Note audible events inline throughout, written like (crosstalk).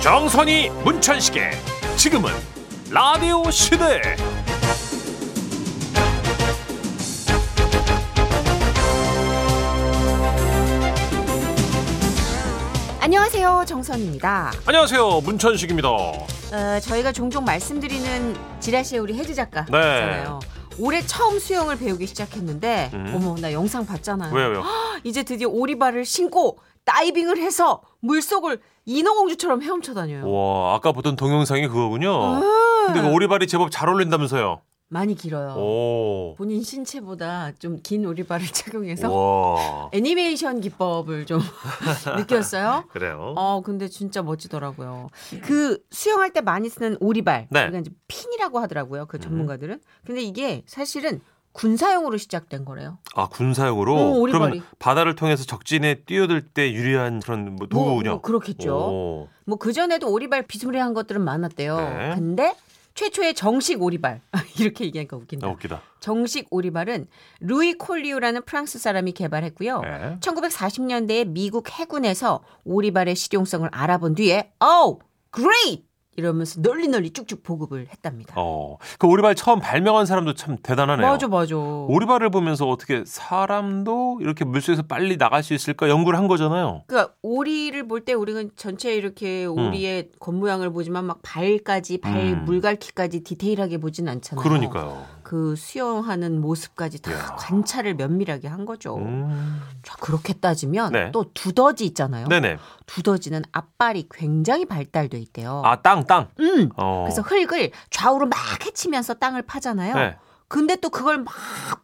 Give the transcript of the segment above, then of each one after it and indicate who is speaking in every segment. Speaker 1: 정선이 문천식의 지금은 라디오 시대
Speaker 2: 안녕하세요 정선입니다.
Speaker 1: 안녕하세요 문천식입니다
Speaker 2: 어, 저희가 종종 말씀드리는 지라시의 우리 해지
Speaker 1: 네.
Speaker 2: 작가잖아요. 올해 처음 수영을 배우기 시작했는데
Speaker 1: 음.
Speaker 2: 어머 나 영상 봤잖아요.
Speaker 1: 왜요 왜요
Speaker 2: 이제 드디어 오리발을 신고 다이빙을 해서 물속을 인어공주처럼 헤엄쳐 다녀요. 음.
Speaker 1: 와 아까 보던 동영상이 그거군요 근데 그 오리발이 제법 잘 어울린다면서요
Speaker 2: 많이 길어요.
Speaker 1: 오
Speaker 2: 본인 신체보다 좀 긴 오리발을 착용해서
Speaker 1: 와
Speaker 2: 애니메이션 기법을 좀 (laughs) 느꼈어요.
Speaker 1: 그래요
Speaker 2: 어, 근데 진짜 멋지더라고요. 그 수영할 때 많이 쓰는 오리발.
Speaker 1: 음. 네. 음.
Speaker 2: 우리가 이제 핀이라고 하더라고요. 그 전문가들은. 근데 이게 사실은 군사용으로 시작된 거래요.
Speaker 1: 아 군사용으로
Speaker 2: 오, 오리발이.
Speaker 1: 그러면 바다를 통해서 적진에 뛰어들 때 유리한 그런 뭐
Speaker 2: 뭐,
Speaker 1: 도구군요
Speaker 2: 뭐 그렇겠죠.
Speaker 1: 오.
Speaker 2: 뭐 그전에도 오리발 비스무리한 것들은 많았대요.
Speaker 1: 네.
Speaker 2: 근데 최초의 정식 오리발. (laughs) 이렇게 얘기하니까 웃긴다.
Speaker 1: 아, 웃기다
Speaker 2: 정식 오리발은 루이 콜리우라는 프랑스 사람이 개발했고요.
Speaker 1: 네.
Speaker 2: 1940년대에 미국 해군에서 오리발의 실용성을 알아본 뒤에 oh, great 이러면서 널리 널리 쭉쭉 보급을 했답니다.
Speaker 1: 어그 오리발 처음 발명한 사람도 참 대단하네요
Speaker 2: 맞아 맞아.
Speaker 1: 오리발을 보면서 어떻게 사람도 이렇게 물속에서 빨리 나갈 수 있을까 연구를 한 거잖아요.
Speaker 2: 그러니까 오리를 볼 때 우리는 전체 이렇게 오리의 겉모양을 보지만 막 발까지 발
Speaker 1: 음.
Speaker 2: 물갈퀴까지 디테일하게 보진 않잖아요.
Speaker 1: 그러니까요.
Speaker 2: 그 수영하는 모습까지 다
Speaker 1: 이야.
Speaker 2: 관찰을 면밀하게 한 거죠.
Speaker 1: 음.
Speaker 2: 자, 그렇게 따지면
Speaker 1: 네.
Speaker 2: 또 두더지 있잖아요.
Speaker 1: 네네.
Speaker 2: 두더지는 앞발이 굉장히 발달돼 있대요.
Speaker 1: 아 땅 땅.
Speaker 2: 음.
Speaker 1: 어.
Speaker 2: 어. 그래서 흙을 좌우로 막 헤치면서 땅을 파잖아요.
Speaker 1: 네.
Speaker 2: 근데 또 그걸 막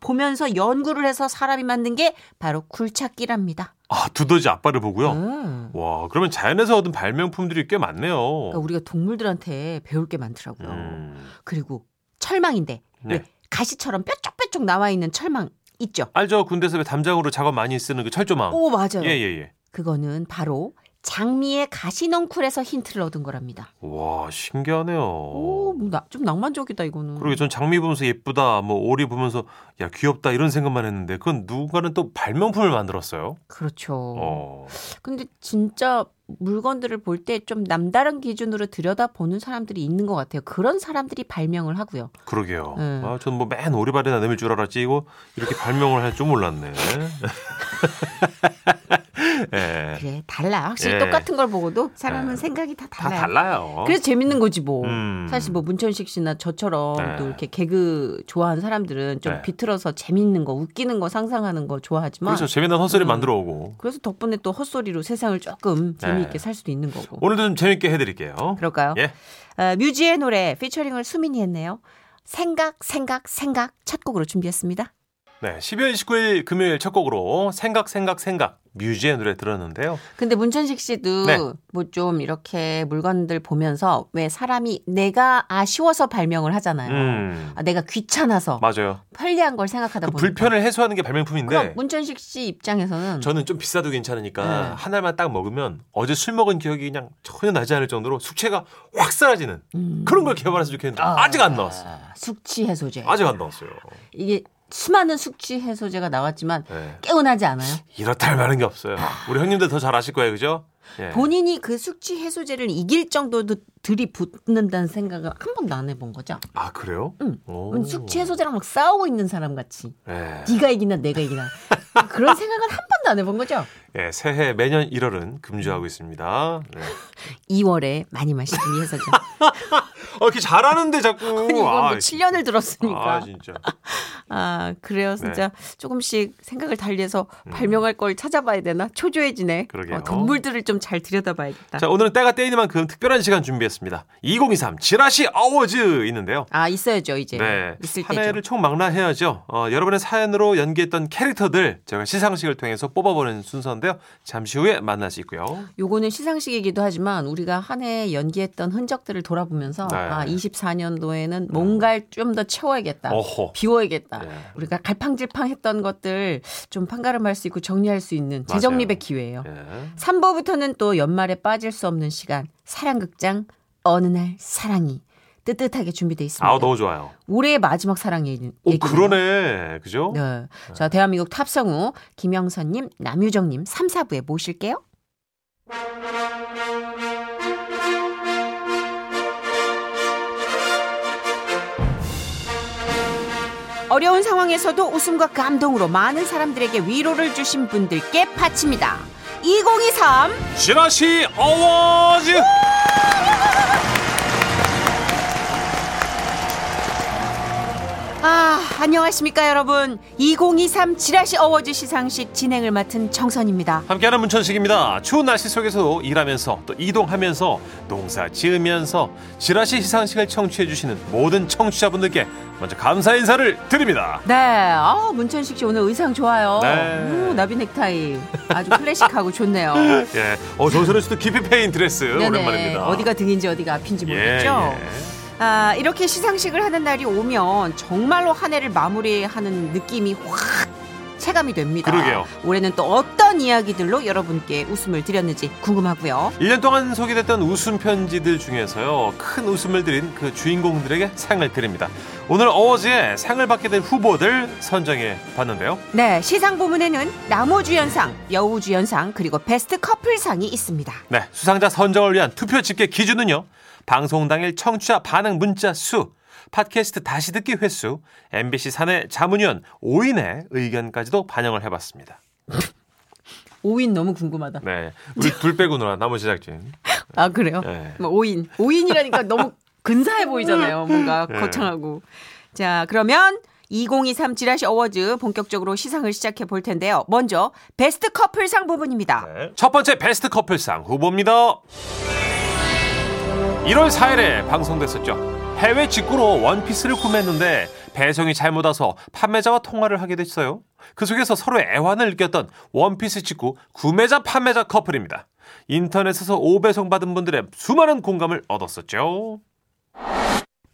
Speaker 2: 보면서 연구를 해서 사람이 만든 게 바로 굴착기랍니다.
Speaker 1: 아 두더지 앞발을 보고요.
Speaker 2: 음.
Speaker 1: 와 그러면 자연에서 얻은 발명품들이 꽤 많네요.
Speaker 2: 그러니까 우리가 동물들한테 배울 게 많더라고요.
Speaker 1: 어. 음.
Speaker 2: 그렇죠. 그리고 철망인데
Speaker 1: 네.
Speaker 2: 왜 가시처럼 뾰족뾰족 나와 있는 철망 있죠?
Speaker 1: 알죠 군대에서 왜 담장으로 작업 많이 쓰는 그 철조망.
Speaker 2: 오 맞아요.
Speaker 1: 예예 예, 예.
Speaker 2: 그거는 바로 장미의 가시넝쿨에서 힌트를 얻은 거랍니다.
Speaker 1: 와 신기하네요.
Speaker 2: 오좀 뭐. 낭만적이다 이거는.
Speaker 1: 어. 그러게 전 장미 보면서 예쁘다, 뭐 오리 보면서 야 귀엽다 이런 생각만 했는데 그건 누군가는 또 발명품을 만들었어요.
Speaker 2: 그렇죠.
Speaker 1: 어.
Speaker 2: 근데 진짜 물건들을 볼 때 좀 남다른 기준으로 들여다보는 사람들이 있는 것 같아요. 그런 사람들이 발명을 하고요.
Speaker 1: 그러게요.
Speaker 2: 네.
Speaker 1: 아, 전 뭐 맨 오리발이나 내밀 줄 알았지 이거 이렇게 발명을 할 줄 몰랐네. (laughs) 예.
Speaker 2: 그래 달라. 확실히
Speaker 1: 예.
Speaker 2: 똑같은 걸 보고도 사람은
Speaker 1: 예.
Speaker 2: 생각이 다
Speaker 1: 다
Speaker 2: 달라요.
Speaker 1: 달라요.
Speaker 2: 그래서 재밌는 거지 뭐.
Speaker 1: 음.
Speaker 2: 사실 뭐 문천식 씨나 저처럼
Speaker 1: 네.
Speaker 2: 또 이렇게 개그 좋아하는 사람들은 좀
Speaker 1: 네.
Speaker 2: 비틀어서 재밌는 거, 웃기는 거, 상상하는 거 좋아하지만
Speaker 1: 그래서 그렇죠. 재미난 헛소리
Speaker 2: 음.
Speaker 1: 만들어 오고
Speaker 2: 그래서 덕분에 또 헛소리로 세상을 조금 재미있게
Speaker 1: 네.
Speaker 2: 살 수도 있는 거고.
Speaker 1: 오늘도 좀 재밌게 해드릴게요.
Speaker 2: 그럴까요?
Speaker 1: 예.
Speaker 2: 어, 뮤지의 노래 피처링을 수민이 했네요. 생각 생각 생각 첫 곡으로 준비했습니다.
Speaker 1: 네, 12월 19일 금요일 첫 곡으로 생각 생각 생각 뮤지의 노래 들었는데요.
Speaker 2: 근데 문천식 씨도
Speaker 1: 네.
Speaker 2: 뭐 좀 이렇게 물건들 보면서 왜 사람이 내가 아쉬워서 발명을 하잖아요.
Speaker 1: 음,
Speaker 2: 아, 내가 귀찮아서
Speaker 1: 맞아요.
Speaker 2: 편리한 걸 생각하다
Speaker 1: 그
Speaker 2: 보니까
Speaker 1: 불편을 해소하는 게
Speaker 2: 그럼
Speaker 1: 발명품인데
Speaker 2: 문천식 씨 입장에서는
Speaker 1: 저는 좀 비싸도 괜찮으니까
Speaker 2: 네.
Speaker 1: 한 알만 딱 먹으면 어제 술 먹은 기억이 그냥 전혀 나지 않을 정도로 숙취가 확 사라지는
Speaker 2: 음,
Speaker 1: 그런 걸 개발해서 좋겠는데 아직 안 나왔어요.
Speaker 2: 아, 숙취 해소제
Speaker 1: 아직 안 나왔어요.
Speaker 2: 이게 수많은 숙취 해소제가 나왔지만
Speaker 1: 네.
Speaker 2: 깨어나지 않아요.
Speaker 1: 이렇다 할 만한 게 없어요. 우리 형님들 더 잘 아실 거예요, 그죠? 예.
Speaker 2: 아. 본인이 그 숙취 해소제를 이길 정도로 들이붓는다는 생각을 한 번도 안 해본 거죠.
Speaker 1: 아 그래요?
Speaker 2: 응.
Speaker 1: 오.
Speaker 2: 숙취 해소제랑 막 싸우고 있는 사람 같이
Speaker 1: 예.
Speaker 2: (laughs) 네가 이기나 내가 이기나 그런 생각을 한 번도 안 해본 거죠.
Speaker 1: 예, 새해 매년 1월은 금주하고 있습니다. 네.
Speaker 2: 2월에 많이 마시기 위해서죠.
Speaker 1: 아, 이렇게 잘하는데 자꾸.
Speaker 2: (laughs) 아니, 이건 뭐
Speaker 1: 아,
Speaker 2: 7년을 들었으니까.
Speaker 1: 아
Speaker 2: 아, 네.
Speaker 1: 진짜.
Speaker 2: 그래요. 진짜 조금씩 생각을 달리해서 발명할 걸 찾아봐야 되나? 초조해지네.
Speaker 1: 그러게요.
Speaker 2: 어, 동물들을 좀 잘 들여다봐야겠다.
Speaker 1: 자 오늘은 때가 때이는 만큼 특별한 시간 준비했습니다. 2023 지라시 어워즈 있는데요.
Speaker 2: 아, 있어야죠, 이제.
Speaker 1: 네.
Speaker 2: 있을
Speaker 1: 한
Speaker 2: 때죠.
Speaker 1: 해를 총망라해야죠. 어, 여러분의 사연으로 연기했던 캐릭터들 제가 시상식을 통해서 뽑아보는 순서인데요. 잠시 후에 만나시고요.
Speaker 2: 요거는 시상식이기도 하지만 우리가 한 해 연기했던 흔적들을 돌아보면서
Speaker 1: 네.
Speaker 2: 아, 24년도에는 뭔가를 좀 더 채워야겠다.
Speaker 1: 어허.
Speaker 2: 비워야겠다.
Speaker 1: 네.
Speaker 2: 우리가 갈팡질팡했던 것들 좀 판가름할 수 있고 정리할 수 있는
Speaker 1: 맞아요.
Speaker 2: 재정립의 기회예요.
Speaker 1: 예.
Speaker 2: 3부부터는 또 연말에 빠질 수 없는 시간 사랑극장 어느 날 사랑이 뜨뜻하게 준비돼 있습니다.
Speaker 1: 아우 너무 좋아요.
Speaker 2: 올해의 마지막 사랑 얘기.
Speaker 1: 오
Speaker 2: 얘기네요.
Speaker 1: 그러네. 그죠?
Speaker 2: 네. 자, 대한민국 탑성우 김영선님, 남유정님 3, 4부에 모실게요. 어려운 상황에서도 웃음과 감동으로 많은 사람들에게 위로를 주신 분들께 바칩니다. 2023
Speaker 1: 지라시 어워즈
Speaker 2: 아, 안녕하십니까 여러분. 2023 지라시 어워즈 시상식 진행을 맡은 정선입니다.
Speaker 1: 함께하는 문천식입니다. 추운 날씨 속에서도 일하면서 또 이동하면서 농사 지으면서 지라시 시상식을 청취해 주시는 모든 청취자분들께 먼저 감사 인사를 드립니다.
Speaker 2: 네, 아, 문천식 씨 오늘 의상 좋아요.
Speaker 1: 네.
Speaker 2: 오, 나비 넥타이 아주
Speaker 1: (laughs)
Speaker 2: 클래식하고 좋네요.
Speaker 1: 예, 어 정선우 씨도 깊이 패인 드레스
Speaker 2: 네네,
Speaker 1: 오랜만입니다.
Speaker 2: 어디가 등인지 어디가 앞인지
Speaker 1: 예,
Speaker 2: 모르겠죠. 아, 이렇게 시상식을 하는 날이 오면 정말로 한 해를 마무리하는 느낌이 확 체감이 됩니다.
Speaker 1: 그러게요.
Speaker 2: 올해는 또 어떤 이야기들로 여러분께 웃음을 드렸는지 궁금하고요.
Speaker 1: 1년 동안 소개됐던 웃음 편지들 중에서요 큰 웃음을 드린 그 주인공들에게 상을 드립니다. 오늘 어워즈에 상을 받게 된 후보들 선정해 봤는데요.
Speaker 2: 네, 시상 부문에는 나무주연상, 여우주연상, 그리고 베스트 커플상이 있습니다.
Speaker 1: 네, 수상자 선정을 위한 투표 집계 기준은요. 방송 당일 청취자 반응 문자 수, 팟캐스트 다시 듣기 횟수, MBC 사내 자문위원 5인의 의견까지도 반영을 해봤습니다.
Speaker 2: 5인 너무 궁금하다.
Speaker 1: 네, 우리 둘 빼고 놀아 나머지 제작진.
Speaker 2: 아, 그래요?
Speaker 1: 네.
Speaker 2: 뭐 5인. 5인이라니까 너무 근사해 보이잖아요. 뭔가
Speaker 1: 네.
Speaker 2: 거창하고. 자, 그러면 2023 지라시 어워즈 본격적으로 시상을 시작해 볼 텐데요. 먼저 베스트 커플상 부분입니다.
Speaker 1: 네. 첫 번째 베스트 커플상 후보입니다. 1월 4일에 방송됐었죠. 해외 직구로 원피스를 구매했는데 배송이 잘못 와서 판매자와 통화를 하게 됐어요. 그 속에서 서로의 애환을 느꼈던 원피스 직구 구매자 판매자 커플입니다. 인터넷에서 오배송 받은 분들의 수많은 공감을 얻었었죠.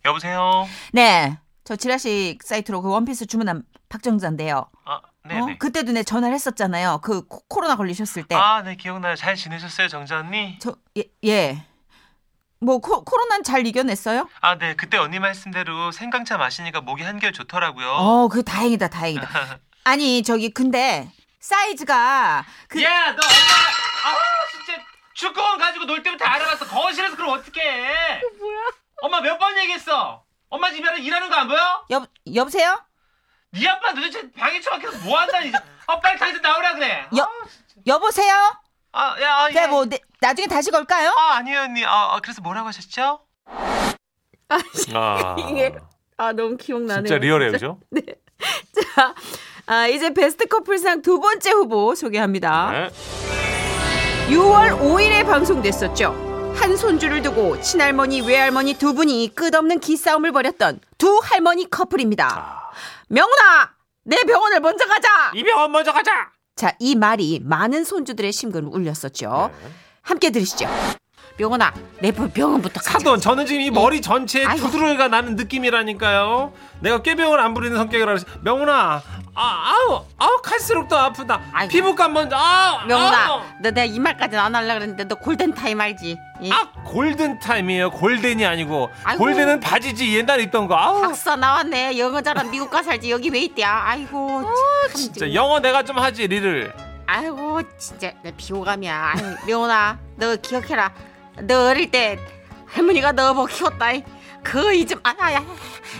Speaker 1: 여보세요.
Speaker 3: 네. 저 지라시 사이트로 그 원피스 주문한 박정자인데요.
Speaker 1: 아,
Speaker 4: 네,
Speaker 3: 어? 그때도 내 전화를 했었잖아요. 그 코- 코로나 걸리셨을 때.
Speaker 1: 아, 네 기억나요. 잘 지내셨어요, 정자 언니?
Speaker 3: 저 예. 예. 뭐 코, 코로나는 잘 이겨냈어요?
Speaker 1: 아, 네. 그때 언니 말씀대로 생강차 마시니까 목이 한결 좋더라고요.
Speaker 3: 어, 그
Speaker 1: (laughs)
Speaker 3: 다행이다. 다행이다. 아니, 저기 근데 사이즈가
Speaker 1: 예.
Speaker 3: 그
Speaker 4: 야, 너 엄마. 아, 진짜 축구공 가지고 놀 때부터 알아봤어. 거실에서 그럼 어떻게 해? 뭐야? 엄마 몇 번 얘기했어? 엄마 집에 일하는 거 안 보여?
Speaker 3: 여, 여보세요?
Speaker 4: 네 아빠 도대체 방에 처박혀서 뭐 한다니? 이제. 아, 빨리 당장 나오라 그래.
Speaker 2: 아,
Speaker 3: 여, 여보세요?
Speaker 4: 아, 야, 아,
Speaker 3: 네,
Speaker 4: 예.
Speaker 3: 뭐 내- 나중에 다시 걸까요?
Speaker 4: 아, 아니에요, 언니. 아, 아, 그래서 뭐라고 하셨죠?
Speaker 1: 아,
Speaker 2: (laughs) 이게 아 너무 기억나네요.
Speaker 1: 진짜 리얼해요, 그죠?
Speaker 2: (laughs) 자, 아, 이제 베스트 커플상 두 번째 후보 소개합니다.
Speaker 1: 네.
Speaker 2: 6월 5일에 방송됐었죠. 한 손주를 두고 친할머니, 외할머니 두 분이 끝없는 기싸움을 벌였던 두 할머니 커플입니다. 명훈아, 내 병원을 먼저 가자.
Speaker 1: 이 병원 먼저 가자.
Speaker 2: 자, 이 말이 많은 손주들의 심금을 울렸었죠.
Speaker 1: 네.
Speaker 2: 함께 들으시죠. 명훈아, 내 병원부터 가자.
Speaker 1: 사돈, 저는 지금 이 머리 전체에
Speaker 2: 아이고.
Speaker 1: 두드러기가 나는 느낌이라니까요. 내가 꾀병을 안 부리는 성격이라 그래서 명훈아, 아, 아우, 아우 갈수록 더 아프다.
Speaker 2: 아이고.
Speaker 1: 피부과 먼저. 아, 아우.
Speaker 2: 명훈아, 너 내가 이 말까지는 안 하려고 그랬는데 너 골든 타임 알지? 이
Speaker 1: 아, 골든 타임이에요. 골든이 아니고
Speaker 2: 아이고.
Speaker 1: 골든은 바지지 옛날 에 입던 거. 아우.
Speaker 2: 박사 나왔네. 영어 잘한 미국 가 살지 여기 왜 있대야? 아이고. 참
Speaker 1: 어, 진짜 영어 내가 좀 하지 리를.
Speaker 2: 아이고 진짜 내 비호감이야. 아유, 명훈아, 너 기억해라. 너 어릴 때 할머니가 너 뭐 키웠다. 그거 잊지 말아야.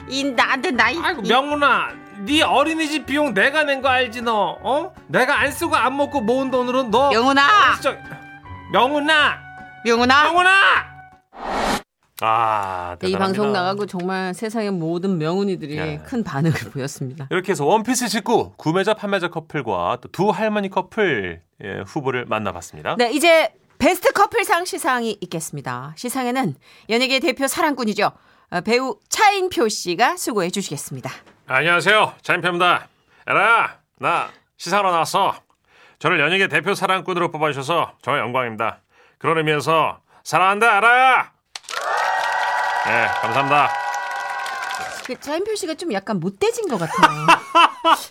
Speaker 2: 이나한테 나이.
Speaker 1: 아이고 명훈아 네 어린이집 비용 내가 낸 거 알지 너 어? 내가 안 쓰고 안 먹고 모은 돈으로 너
Speaker 2: 명훈아,
Speaker 1: 진짜 명훈아
Speaker 2: 명훈아.
Speaker 1: 명훈아 아
Speaker 2: 네, 이
Speaker 1: 대단합니다.
Speaker 2: 방송 나가고 정말 세상의 모든 명훈이들이
Speaker 1: 예.
Speaker 2: 큰 반응을 보였습니다.
Speaker 1: 이렇게 해서 원피스 직구 구매자 판매자 커플과 또 두 할머니 커플 예, 후보를 만나봤습니다
Speaker 2: 네, 이제 베스트 커플상 시상이 있겠습니다. 시상에는 연예계 대표 사랑꾼이죠. 어, 배우 차인표 씨가 수고해 주시겠습니다.
Speaker 1: 안녕하세요 차인표입니다 에라 나 시사로 나왔어 저를 연예계 대표 사랑꾼으로 뽑아주셔서 정말 영광입니다 그런 의미에서 사랑한다 에라 네 감사합니다
Speaker 2: 그 차인표 씨가 좀 약간 못돼진
Speaker 1: (laughs)
Speaker 2: 것 같아요.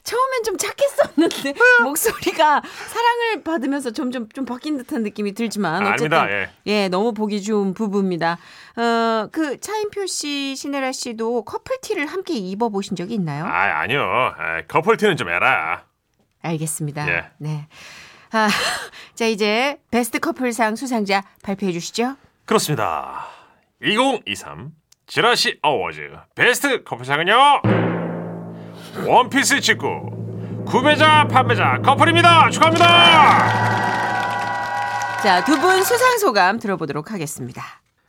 Speaker 2: 처음엔 좀 착했었는데 목소리가 사랑을 받으면서 점점 좀 바뀐 듯한 느낌이 들지만
Speaker 1: 아,
Speaker 2: 어쨌든
Speaker 1: 아닙니다. 예.
Speaker 2: 너무 보기 좋은 부부입니다. 어, 그 차인표 씨, 신혜라 씨도 커플티를 함께 입어 보신 적이 있나요?
Speaker 1: 아 아니요 아, 커플티는 좀 해라
Speaker 2: 알겠습니다.
Speaker 1: 예.
Speaker 2: 네. 아, (laughs) 자 이제 베스트 커플상 수상자 발표해 주시죠.
Speaker 1: 그렇습니다 2023 지라시 어워즈 베스트 커플상은요 원피스 직구 구매자 판매자 커플입니다. 축하합니다.
Speaker 2: 자, 두 분 수상 소감 들어보도록 하겠습니다.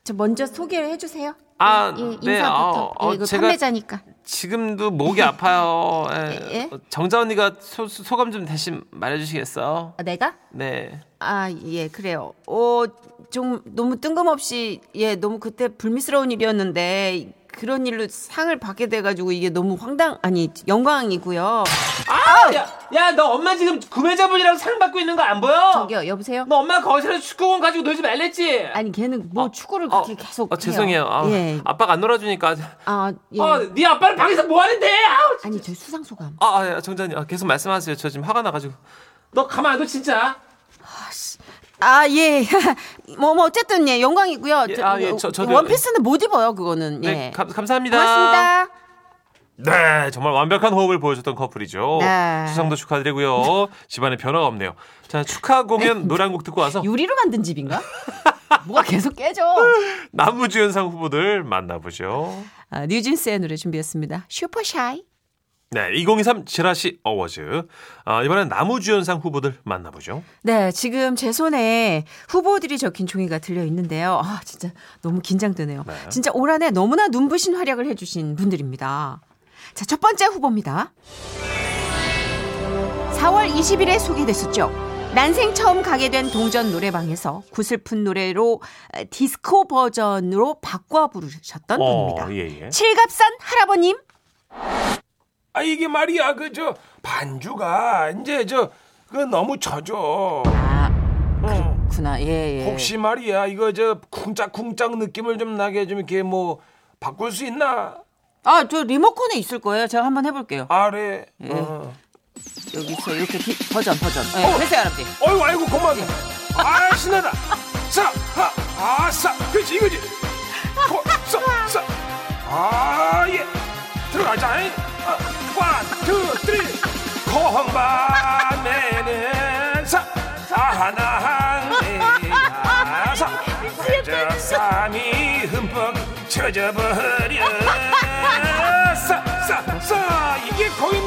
Speaker 2: 저 먼저 소개를 해주세요.
Speaker 1: 아,
Speaker 2: 예,
Speaker 1: 네,
Speaker 2: 인사부터.
Speaker 1: 어, 어,
Speaker 2: 예, 이거
Speaker 1: 제가-
Speaker 2: 판매자니까.
Speaker 1: 지금도
Speaker 2: (laughs)
Speaker 1: 목이 아파요.
Speaker 2: 예? 어,
Speaker 1: 정자 언니가 소, 감 좀 대신 말해주시겠어요?
Speaker 2: 아, 내가?
Speaker 1: 네.
Speaker 2: 아, 예, 그래요. 어, 좀 너무 뜬금없이 예, 너무 그때 불미스러운 일이었는데 그런 일로 상을 받게 돼가지고 이게 너무 황당 아니 영광이고요.
Speaker 4: 아, 야 너 엄마 지금 구매자분이랑 상 받고 있는 거 안 보여?
Speaker 2: 저기요,
Speaker 1: 아,
Speaker 2: 여보세요.
Speaker 4: 너 엄마 거실에서 축구공 가지고 놀지 말랬지?
Speaker 2: 아니 걔는 뭐 축구를 그렇게 계속
Speaker 1: 어, 죄송해요. 아,
Speaker 2: 해요. 예,
Speaker 1: 아빠가 안 놀아주니까.
Speaker 2: 아, 예.
Speaker 4: 어, 네 아빠는 방에서 뭐 하는데? 아우, 진-
Speaker 2: 아니 저 수상 소감.
Speaker 1: 아, 아, 정자님 아, 계속 말씀하세요. 저 지금 화가 나가지고.
Speaker 4: 너 가만 안 둬 진짜.
Speaker 2: 아, 예. (laughs) 뭐, 뭐, 어쨌든, 예, 영광이고요.
Speaker 1: 예,
Speaker 2: 저, 어,
Speaker 1: 아, 예, 저- 저도요.
Speaker 2: 원피스는 못 입어요, 그거는.
Speaker 1: 네,
Speaker 2: 예.
Speaker 1: 감, 감사합니다.
Speaker 2: 고맙습니다.
Speaker 1: 네, 정말 완벽한 호흡을 보여줬던 커플이죠.
Speaker 2: 네.
Speaker 1: 수상도 축하드리고요. 집안에 변화가 없네요. 자, 축하 공연 노래 한 곡 듣고 와서
Speaker 2: 유리로 만든
Speaker 1: (laughs)
Speaker 2: 집인가? 뭐가 계속 깨져.
Speaker 1: 남우주연상 후보들 만나보죠.
Speaker 2: 아, 뉴진스의 노래 준비했습니다. 슈퍼샤이.
Speaker 1: 네, 2023 지라시 어워즈. 아, 이번엔 남우주연상 후보들 만나보죠.
Speaker 2: 네, 지금 제 손에 후보들이 적힌 종이가 들려 있는데요. 아, 진짜 너무 긴장되네요.
Speaker 1: 네.
Speaker 2: 진짜 올 한해 너무나 눈부신 활약을 해주신 분들입니다. 자, 첫 번째 후보입니다. 4월 20일에 소개됐었죠. 난생 처음 가게 된 동전 노래방에서 구슬픈 노래로 에, 디스코 버전으로 바꿔 부르셨던
Speaker 5: 어,
Speaker 2: 분입니다.
Speaker 1: 예, 예.
Speaker 2: 칠갑산 할아버님.
Speaker 5: 아 이게 말이야 그 저 반주가 이제 저 그 너무 쳐져.
Speaker 4: 네.
Speaker 5: 응.
Speaker 2: 구나, 예, 예.
Speaker 5: 혹시 말이야 이거 저 쿵짝쿵짝 느낌을 좀 나게 좀 이렇게 뭐 바꿀 수 있나?
Speaker 2: 아, 저 리모컨에 있을 거예요. 제가 한번 해볼게요.
Speaker 5: 아래.
Speaker 2: 음.
Speaker 5: 어.
Speaker 2: 여기서 이렇게 비- 버전, 버전. 예, 회사 할아버지.
Speaker 5: 어이구 아이고 고마워. 아 신나다. 사, 하, 아싸. 그렇지 이거지. 고, 사, 사. 아 예. 들어가자. 아, 원, 투, 쓰리. 콩바네는 사, 사 하나 네, 한대사. 저 쌈이 흠뻑 젖어버려. 싸, 싸, 싸. 이게 거인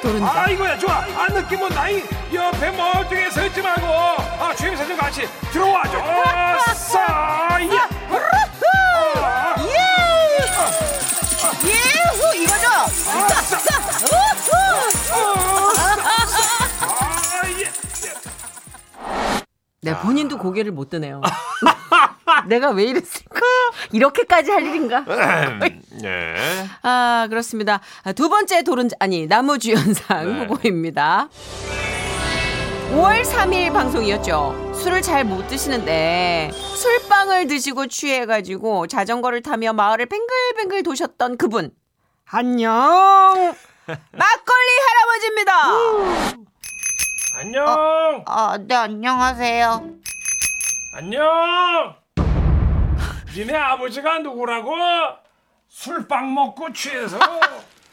Speaker 2: 도른다.
Speaker 1: 그러니까.
Speaker 5: 아 이거야 좋아. 아 느낌은 나이. 옆에 멀쩡히 서 있지 말고. 아 주임 사장 같이 들어와줘. 아, 싸. 예. 아,
Speaker 2: 예! 예후 이거죠.
Speaker 5: 아싸.
Speaker 2: 우후.
Speaker 5: 아 예.
Speaker 2: 네 본인도 고개를 못 드네요. 내가 왜 이랬을까? 이렇게까지 할 일인가?
Speaker 1: 예.
Speaker 2: 아 그렇습니다. 아, 두 번째 도른 아니 나무주연상
Speaker 1: 네.
Speaker 2: 후보입니다. 5월 3일 방송이었죠. 술을 잘 못 드시는데 술빵을 드시고 취해가지고 자전거를 타며 마을을 뱅글뱅글 도셨던 그분 안녕
Speaker 1: (laughs)
Speaker 2: 막걸리 할아버지입니다.
Speaker 5: 안녕.
Speaker 3: 아, 네, 안녕하세요.
Speaker 5: 안녕. 니네 아버지가 누구라고? 술빵 먹고 취해서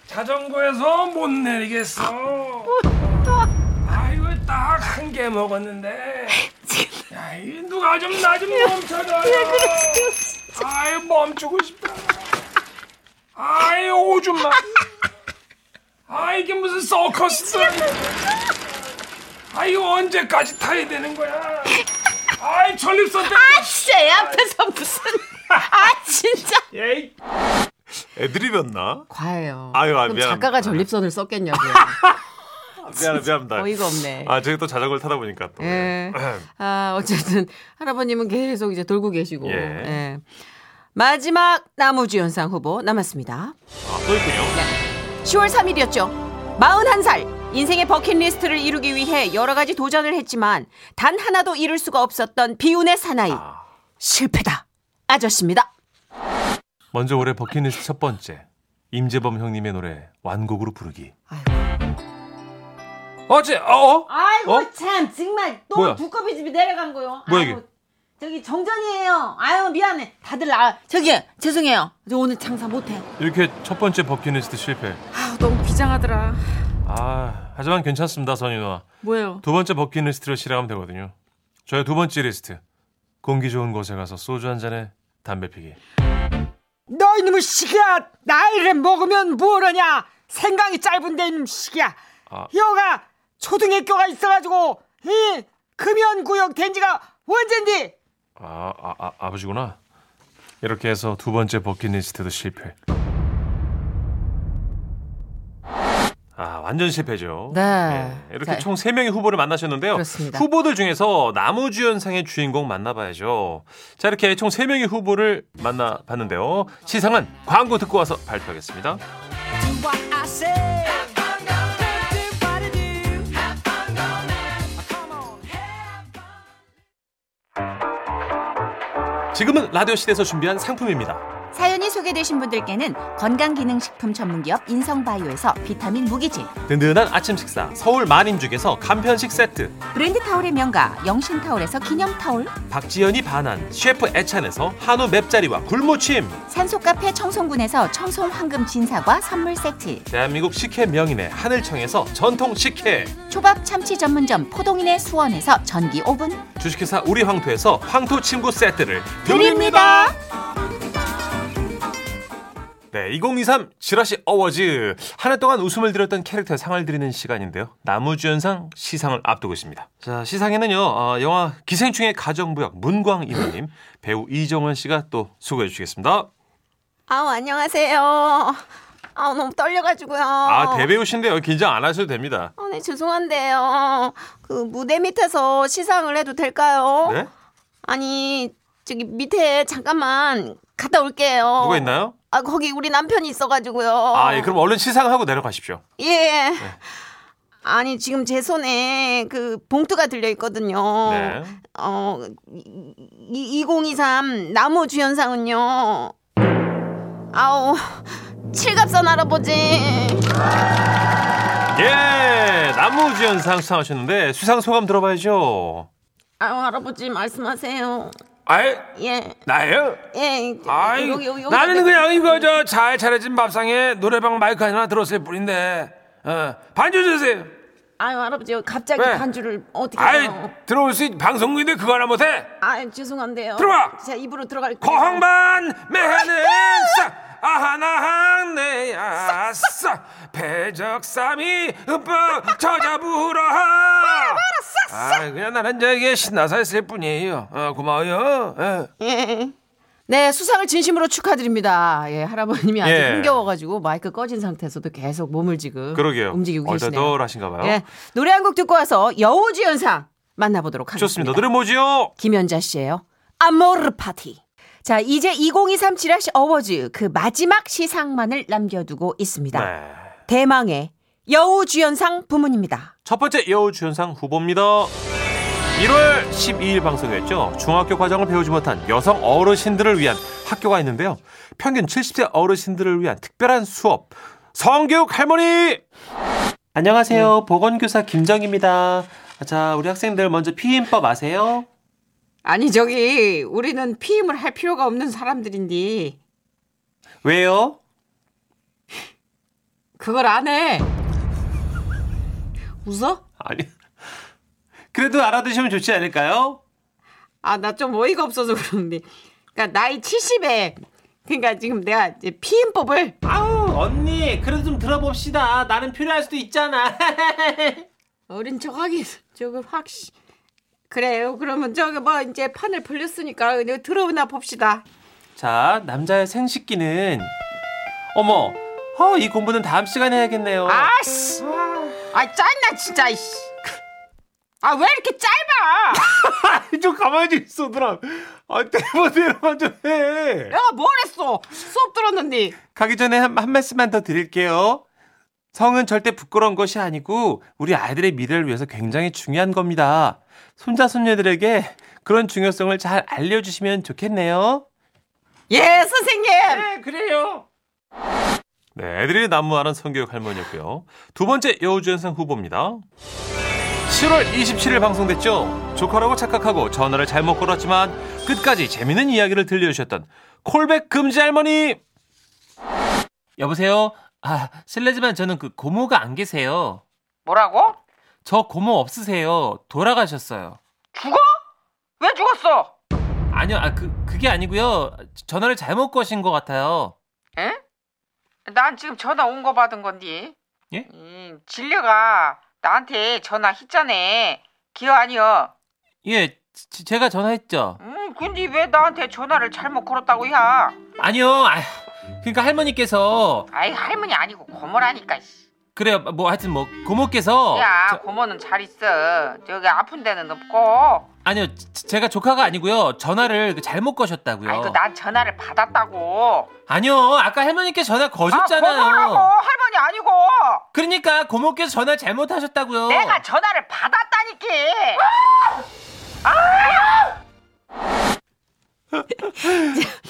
Speaker 5: 자전거에서 못 내리겠어. 아이고 딱 한 개 먹었는데. 야, 이 누가 좀 나 좀 멈춰줘요. 아이 멈추고 싶다. 아이 오줌마. 아 이게 무슨 서커스야. 아 이거 언제까지 타야 되는 거야? 아이 전립선 때문에.
Speaker 2: 진짜 애 앞에서 무슨 아 진짜
Speaker 5: 에이.
Speaker 1: 애드립이었나?
Speaker 2: (laughs) 과해요.
Speaker 1: 아유, 아,
Speaker 2: 그럼
Speaker 1: 미안합니다.
Speaker 2: 작가가
Speaker 1: (laughs)
Speaker 2: 전립선을 썼겠냐고요.
Speaker 1: 아, 미안, 미안합니다.
Speaker 2: 어이가 없네.
Speaker 1: 아, 저기 또 자전거를 타다 보니까 또. 네.
Speaker 2: 예.
Speaker 1: (clears throat)
Speaker 2: 아 어쨌든 할아버님은 계속 이제 돌고 계시고.
Speaker 1: 예.
Speaker 2: 예. 마지막 나무주연상 후보 남았습니다.
Speaker 1: 아, 또 있군요.
Speaker 2: 10월 3일이었죠. 41살. 인생의 버킷리스트를 이루기 위해 여러 가지 도전을 했지만 단 하나도 이룰 수가 없었던 비운의 사나이. 실패다. 아저씨입니다.
Speaker 1: 먼저 올해 버킷리스트 첫 번째 임재범 형님의 노래 완곡으로 부르기. 어째 어? 어?
Speaker 6: 아이고
Speaker 1: 어?
Speaker 6: 참 정말 또
Speaker 1: 뭐야?
Speaker 6: 두꺼비 집이 내려간 거요.
Speaker 1: 뭐야,
Speaker 6: 아이고,
Speaker 1: 이게?
Speaker 6: 저기 정전이에요. 아유 미안해. 다들 나 저기 죄송해요. 저 오늘 장사 못해.
Speaker 1: 이렇게 첫 번째 버킷리스트 실패.
Speaker 2: 아 너무 비장하더라.
Speaker 1: 아 하지만 괜찮습니다 선희 누나.
Speaker 2: 뭐예요?
Speaker 1: 두 번째 버킷리스트를 실행하면 되거든요. 저의 두 번째 리스트 공기 좋은 곳에 가서 소주 한 잔에 담배 피기.
Speaker 6: 너 이놈의 시기야. 나이를 먹으면 뭐하냐? 생강이 짧은데 임식이야.
Speaker 1: 아.
Speaker 6: 여가 초등학교가 있어가지고 이 금연구역 된지가 언젠디?
Speaker 1: 아, 아, 아 아버지구나. 이렇게 해서 두 번째 버킷리스트도 실패. 아, 완전 실패죠.
Speaker 2: 네.
Speaker 1: 예, 이렇게
Speaker 2: 자,
Speaker 1: 총 세명의 후보를 만나셨는데요.
Speaker 2: 그렇습니다.
Speaker 1: 후보들 중에서 나무주연상의 주인공 만나봐야죠. 자, 이렇게 총 세명의 후보를 만나봤는데요. 시상은 광고 듣고 와서 발표하겠습니다. 지금은 라디오 시대에서 준비한 상품입니다.
Speaker 3: 사연이 소개되신 분들께는 건강기능식품 전문기업 인성바이오에서 비타민 무기질,
Speaker 1: 든든한 아침 식사 서울 만인죽에서 간편식 세트
Speaker 3: 브랜드 타올의 명가 영신타올에서 기념타올,
Speaker 1: 박지연이 반한 셰프 애찬에서 한우 맵자리와 굴무침
Speaker 3: 산소카페 청송군에서 청송 황금 진사과 선물 세트,
Speaker 1: 대한민국 식혜 명인의 하늘청에서 전통 식혜
Speaker 3: 초밥 참치 전문점 포동인의 수원에서 전기 오븐,
Speaker 1: 주식회사 우리 황토에서 황토 침구 세트를 드립니다. 네, 2023 지라시 어워즈 한 해 동안 웃음을 드렸던 캐릭터에 상을 드리는 시간인데요. 나무주연상 시상을 앞두고 있습니다. 자, 시상에는요 어, 영화 기생충의 가정부역 문광 이모님 배우 이정원 씨가 또 수고해 주시겠습니다.
Speaker 2: 아우 안녕하세요. 아우 너무 떨려가지고요.
Speaker 1: 아
Speaker 2: 어.
Speaker 1: 대배우신데요 긴장 안 하셔도 됩니다.
Speaker 2: 아, 네, 죄송한데요. 그 무대 밑에서 시상을 해도 될까요?
Speaker 1: 네?
Speaker 2: 아니 저기 밑에 잠깐만 갔다 올게요.
Speaker 1: 누가 있나요?
Speaker 2: 아 거기 우리 남편이 있어가지고요.
Speaker 1: 아, 예, 그럼 얼른 시상하고 내려가십시오.
Speaker 2: 예. 아니 지금 제 손에 그 봉투가 들려 있거든요.
Speaker 1: 네.
Speaker 2: 어, 이, 2023 나무 주연상은요. 아우 칠갑선 할아버지.
Speaker 1: 예, 나무주연상 수상하셨는데 수상 소감 들어봐야죠.
Speaker 2: 아우 할아버지 말씀하세요.
Speaker 5: 아이
Speaker 2: 예.
Speaker 5: 나요?
Speaker 2: 예.
Speaker 5: 아이
Speaker 2: 여기, 여기, 여기.
Speaker 5: 나는 그냥 이거 저 잘 차려진 밥상에 노래방 마이크 하나 들었을 뿐인데 어, 반주 주세요.
Speaker 2: 아유 할아버지 여기 갑자기
Speaker 5: 왜?
Speaker 2: 반주를 어떻게
Speaker 5: 아이
Speaker 2: 해요?
Speaker 5: 들어올 수 있, 방송국인데 그거 하나 못해?
Speaker 2: 아 죄송한데요.
Speaker 5: 들어와!
Speaker 2: 제가 입으로 들어갈게요.
Speaker 5: 거황반 매하는 싹 아하나 네, 한내 아싸 배적삼이 흠뻑 저자부라 아 그냥 나는 저게 신나서 했을 뿐이에요 어, 고마워요 예.
Speaker 2: 예.
Speaker 6: 네 수상을 진심으로 축하드립니다. 예 할아버님이 아주
Speaker 1: 예.
Speaker 6: 흥겨워가지고 마이크 꺼진 상태에서도 계속 몸을 지금
Speaker 1: 그러게요.
Speaker 6: 움직이고 계시네요.
Speaker 1: 얼떨떨하신가 봐요.
Speaker 6: 예 노래 한 곡 듣고 와서 여우주연상 만나보도록 하겠습니다.
Speaker 1: 좋습니다. 노래 뭐지요?
Speaker 6: 김연자 씨예요. 아모르 파티. 자, 이제 2023 지라시 어워즈 그 마지막 시상만을 남겨두고 있습니다.
Speaker 1: 네.
Speaker 6: 대망의 여우주연상 부문입니다.
Speaker 1: 첫 번째 여우주연상 후보입니다. 1월 12일 방송했죠. 중학교 과정을 배우지 못한 여성 어르신들을 위한 학교가 있는데요. 평균 70세 어르신들을 위한 특별한 수업. 성교육 할머니! 안녕하세요.
Speaker 5: 네.
Speaker 1: 보건교사 김정입니다. 자, 우리 학생들 먼저 피임법 아세요?
Speaker 6: 아니 저기 우리는 피임을 할 필요가 없는 사람들인데
Speaker 1: 왜요?
Speaker 6: 그걸 안 해. 웃어?
Speaker 1: 아니. 그래도 알아두시면 좋지 않을까요?
Speaker 6: 아 나 좀 어이가 없어서 그런데. 그러니까 나이 70에 그러니까 지금 내가 이제 피임법을
Speaker 1: 아우, 언니. 그래도 좀 들어봅시다. 나는 필요할 수도 있잖아.
Speaker 6: 어린 척하기 조금 확 씨- 그래요. 그러면 저기 뭐 이제 판을 벌렸으니까 이거 들어오나 봅시다.
Speaker 1: 자, 남자의 생식기는 어머, 어, 이 공부는 다음 시간에 해야겠네요.
Speaker 6: 아씨, 아 짠나 진짜. 이씨. 아 왜 이렇게 짧아?
Speaker 1: 좀 가만히 좀 있어, 누나. 아, 대본대로만 좀 해.
Speaker 6: 내가 뭘 했어? 수업 들었는데.
Speaker 1: 가기 전에 한, 한 말씀만 더 드릴게요. 성은 절대 부끄러운 것이 아니고 우리 아이들의 미래를 위해서 굉장히 중요한 겁니다. 손자 손녀들에게 그런 중요성을 잘 알려주시면 좋겠네요.
Speaker 6: 예 선생님.
Speaker 5: 네, 그래요
Speaker 1: 네, 애들이 난무하는 성교육 할머니였고요. 두 번째 여우주연상 후보입니다. 7월 27일 방송됐죠. 조카라고 착각하고 전화를 잘못 걸었지만 끝까지 재밌는 이야기를 들려주셨던 콜백 금지 할머니. 여보세요. 아, 실례지만 저는 그 고모가 안 계세요.
Speaker 7: 뭐라고?
Speaker 1: 저 고모 없으세요. 돌아가셨어요.
Speaker 7: 왜 죽었어?
Speaker 1: 아니요, 아, 그, 그게 아니고요. 전화를 잘못 거신 것 같아요.
Speaker 7: 난 지금 전화 온 거 받은 건디.
Speaker 1: 예?
Speaker 7: 음, 진려가 나한테 전화 했잖아. 기어 아니여.
Speaker 8: 예, 지- 제가 전화했죠.
Speaker 7: 음, 근데 왜 나한테 전화를 잘못 걸었다고 야?
Speaker 8: 아니요. 아, 그러니까 할머니께서
Speaker 7: 아이 할머니 아니고 고모라니까. 씨.
Speaker 8: 그래요. 뭐 하여튼 뭐 고모께서
Speaker 7: 야
Speaker 8: 저-
Speaker 7: 고모는 잘 있어. 저기 아픈 데는 없고.
Speaker 8: 아니요. 지- 제가 조카가 아니고요. 전화를 그 잘못 거셨다고요.
Speaker 7: 아이고 난 전화를 받았다고.
Speaker 8: 아니요. 아까 할머니께 전화 거셨잖아요.
Speaker 7: 아 고모라고 할머니 아니고.
Speaker 8: 그러니까 고모께서 전화 잘못하셨다고요.
Speaker 7: 내가 전화를 받았다니까.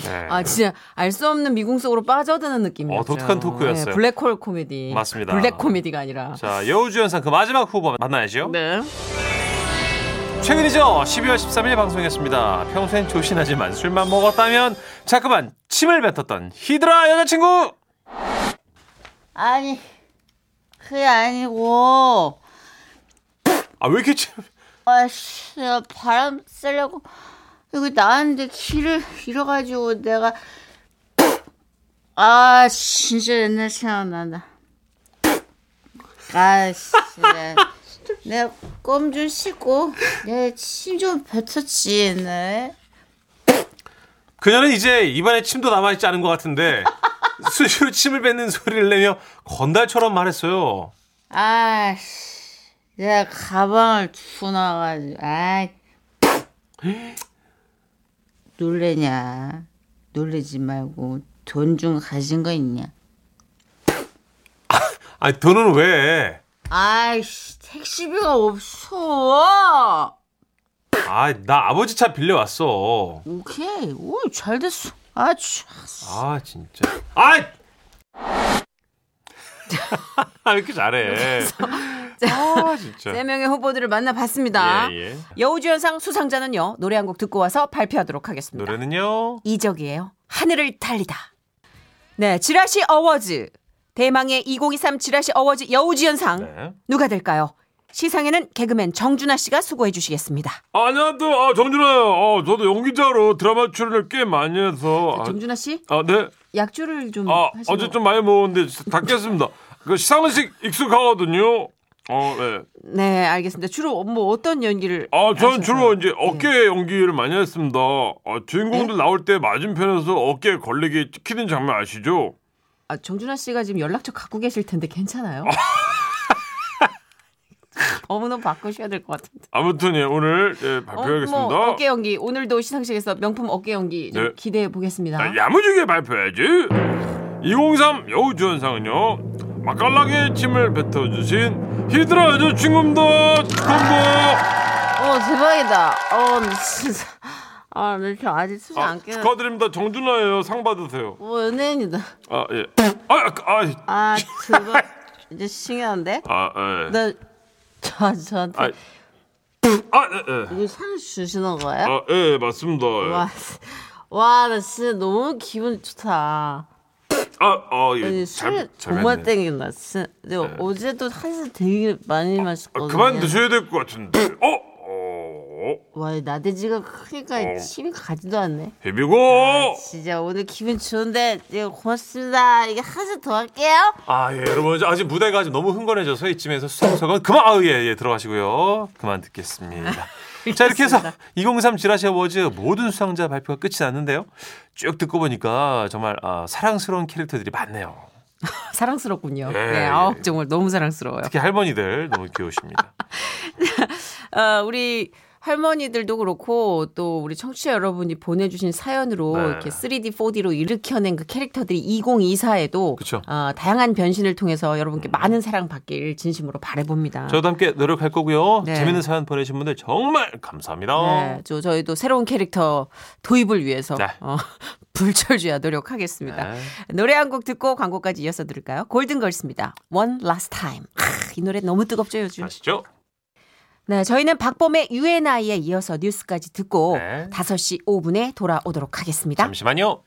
Speaker 1: 네.
Speaker 2: 아 진짜 알 수 없는 미궁 속으로 빠져드는 느낌이었죠.
Speaker 1: 어, 독특한 토크였어요.
Speaker 2: 네, 블랙홀 코미디.
Speaker 1: 맞습니다.
Speaker 2: 블랙 코미디가 아니라.
Speaker 1: 자, 여우주연상 그 마지막 후보 만나야죠.
Speaker 2: 네.
Speaker 1: 최근이죠. 12월 13일 방송했습니다. 평소엔 조신하지만 술만 먹었다면 자꾸만 침을 뱉었던 히드라 여자친구.
Speaker 9: 아니, 그게 아니고,
Speaker 1: 아 왜 이렇게 침?
Speaker 9: 아씨, 나 바람 쐬려고 여기 나왔는데 길을 잃어가지고 내가, 아, 진짜 옛날 생각난다. 아씨, 내가 껌 좀 씻고, 내 침 좀 뱉었지, 옛날에.
Speaker 1: 그녀는 이제 입안에 침도 남아있지 않은 것 같은데 수시로 침을 뱉는 소리를 내며 건달처럼 말했어요.
Speaker 9: 아씨, 내가 가방을 두고 나가지고, 아이, 놀래냐? 놀래지 말고 돈 좀 가진 거 있냐?
Speaker 1: 아니 돈은 왜?
Speaker 9: 아이씨, 택시비가 없어.
Speaker 1: 아나 아버지 차 빌려왔어.
Speaker 9: 오케이, 오, 잘 됐어. 아, 참.
Speaker 1: 아 진짜. 아! (laughs) 왜 이렇게 잘해? 아 진짜.
Speaker 2: (laughs) 세 명의 후보들을 만나봤습니다.
Speaker 1: 예, 예.
Speaker 2: 여우주연상 수상자는요 노래 한 곡 듣고 와서 발표하도록 하겠습니다.
Speaker 1: 노래는요.
Speaker 2: 이적이에요. 하늘을 달리다. 네, 지라시 어워즈 대망의 2023 지라시 어워즈 여우주연상
Speaker 1: 네.
Speaker 2: 누가 될까요? 시상에는 개그맨 정준하 씨가 수고해 주시겠습니다.
Speaker 1: 안녕하세요. 아, 정준아요. 어, 저도 연기자로 드라마 출연을 꽤 많이 해서.
Speaker 2: 정준하 씨
Speaker 5: 어,
Speaker 1: 아, 아, 네.
Speaker 2: 약주를 좀
Speaker 1: 아,
Speaker 2: 음, 하시고
Speaker 1: 어제 좀 많이 먹었는데 다 깼습니다. 그 시상식 익숙하거든요. 어, 네.
Speaker 2: 네, 알겠습니다. 주로 뭐 어떤 연기를
Speaker 1: 아, 저는
Speaker 2: 하셔서-
Speaker 1: 주로 이제 어깨 연기를 많이 했습니다. 아,
Speaker 2: 네?
Speaker 1: 주인공들 나올 때 맞은편에서 어깨에 걸리게 찍히는 장면 아시죠?
Speaker 2: 아, 정준하 씨가 지금 연락처 갖고 계실 텐데 괜찮아요? (laughs) 너무너무 바꾸셔야 될 것 같은데.
Speaker 1: 아무튼 예, 오늘 예,
Speaker 2: 어,
Speaker 1: 발표하겠습니다.
Speaker 2: 뭐 어깨 연기 오늘도 시상식에서 명품 어깨 연기 좀
Speaker 1: 네.
Speaker 2: 기대해 보겠습니다.
Speaker 1: 아, 야무지게 발표해야지. 2023 여우주연상은요. 맛깔나게 침을 뱉어주신 히드라 여자친구입니다.
Speaker 2: 아,
Speaker 1: 공보
Speaker 9: 어, 대박이다. 어, 진짜. 아, 근데 저 아직 수지
Speaker 1: 아,
Speaker 9: 안 깨.
Speaker 1: 축하드립니다. 정준하예요. 상 받으세요.
Speaker 2: 어,
Speaker 9: 뭐 연예인이다.
Speaker 1: 아 예. 아, 아, 아,
Speaker 9: 아, 대박. 이제 신기한데?
Speaker 1: 아, 예.
Speaker 9: 나, 저, 저한테
Speaker 1: 아, 아, 예, 예.
Speaker 9: 이거 상 주시는 거예요?
Speaker 1: 아, 예, 맞습니다. 예.
Speaker 9: 와, 와, 나 진짜 너무 기분 좋다.
Speaker 1: 아, 아, 예.
Speaker 9: 아니, 술
Speaker 1: 잘, 잘
Speaker 9: 정말
Speaker 1: 뱉네.
Speaker 9: 땡긴다. 진짜. 내가 어제도 한술 되게 많이 마셨거든요.
Speaker 1: 아, 그만 드셔야 될 것 같은데. 어? 어?
Speaker 9: 와, 이 나대지가 크니까 이 침이 가지도 않네.
Speaker 1: 비비고!
Speaker 9: 진짜 오늘 기분 좋은데,
Speaker 2: 네,
Speaker 9: 내가 고맙습니다. 이게 한술 더 할게요.
Speaker 1: 아, 예, 여러분. 이제 아직 무대가 아직 너무 흥건해져서 이쯤에서 수상석은 그만, 아, 예, 예, 들어가시고요. 그만
Speaker 2: (laughs)
Speaker 1: 듣겠습니다. 자, 이렇게 해서 2023 지라시 어워즈 모든 수상자 발표가 끝이 났는데요. 쭉 듣고 보니까 정말 아, 사랑스러운 캐릭터들이 많네요.
Speaker 2: 사랑스럽군요.
Speaker 1: 예,
Speaker 2: 네,
Speaker 1: 예.
Speaker 2: 아우 정말 너무 사랑스러워요.
Speaker 1: 특히 할머니들 너무
Speaker 2: (laughs)
Speaker 1: 귀여우십니다.
Speaker 2: 아, 우리 할머니들도 그렇고 또 우리 청취자 여러분이 보내주신 사연으로
Speaker 1: 네.
Speaker 2: 이렇게 3D, 4D로 일으켜낸 그 캐릭터들이 2024에도
Speaker 1: 그쵸. 음.
Speaker 2: 아, 다양한 변신을 통해서 여러분께 많은 사랑 받길 진심으로 바라봅니다.
Speaker 1: 저도 함께 노력할 거고요.
Speaker 2: 네.
Speaker 1: 재밌는 사연 보내신 분들 정말 감사합니다.
Speaker 2: 네, 저, 저희도 새로운 캐릭터 도입을 위해서
Speaker 1: 어. 네.
Speaker 2: 어, (laughs) 불철주야 노력하겠습니다.
Speaker 1: 네.
Speaker 2: 노래 한 곡 듣고 광고까지 이어서 들을까요? 골든걸스입니다. One Last Time. 아, 이 노래 너무 뜨겁죠 요즘.
Speaker 1: 아시죠?
Speaker 2: 네, 저희는 박범의 UNI에 이어서 뉴스까지 듣고
Speaker 1: 네.
Speaker 2: 5시 5분에 돌아오도록 하겠습니다.
Speaker 1: 잠시만요.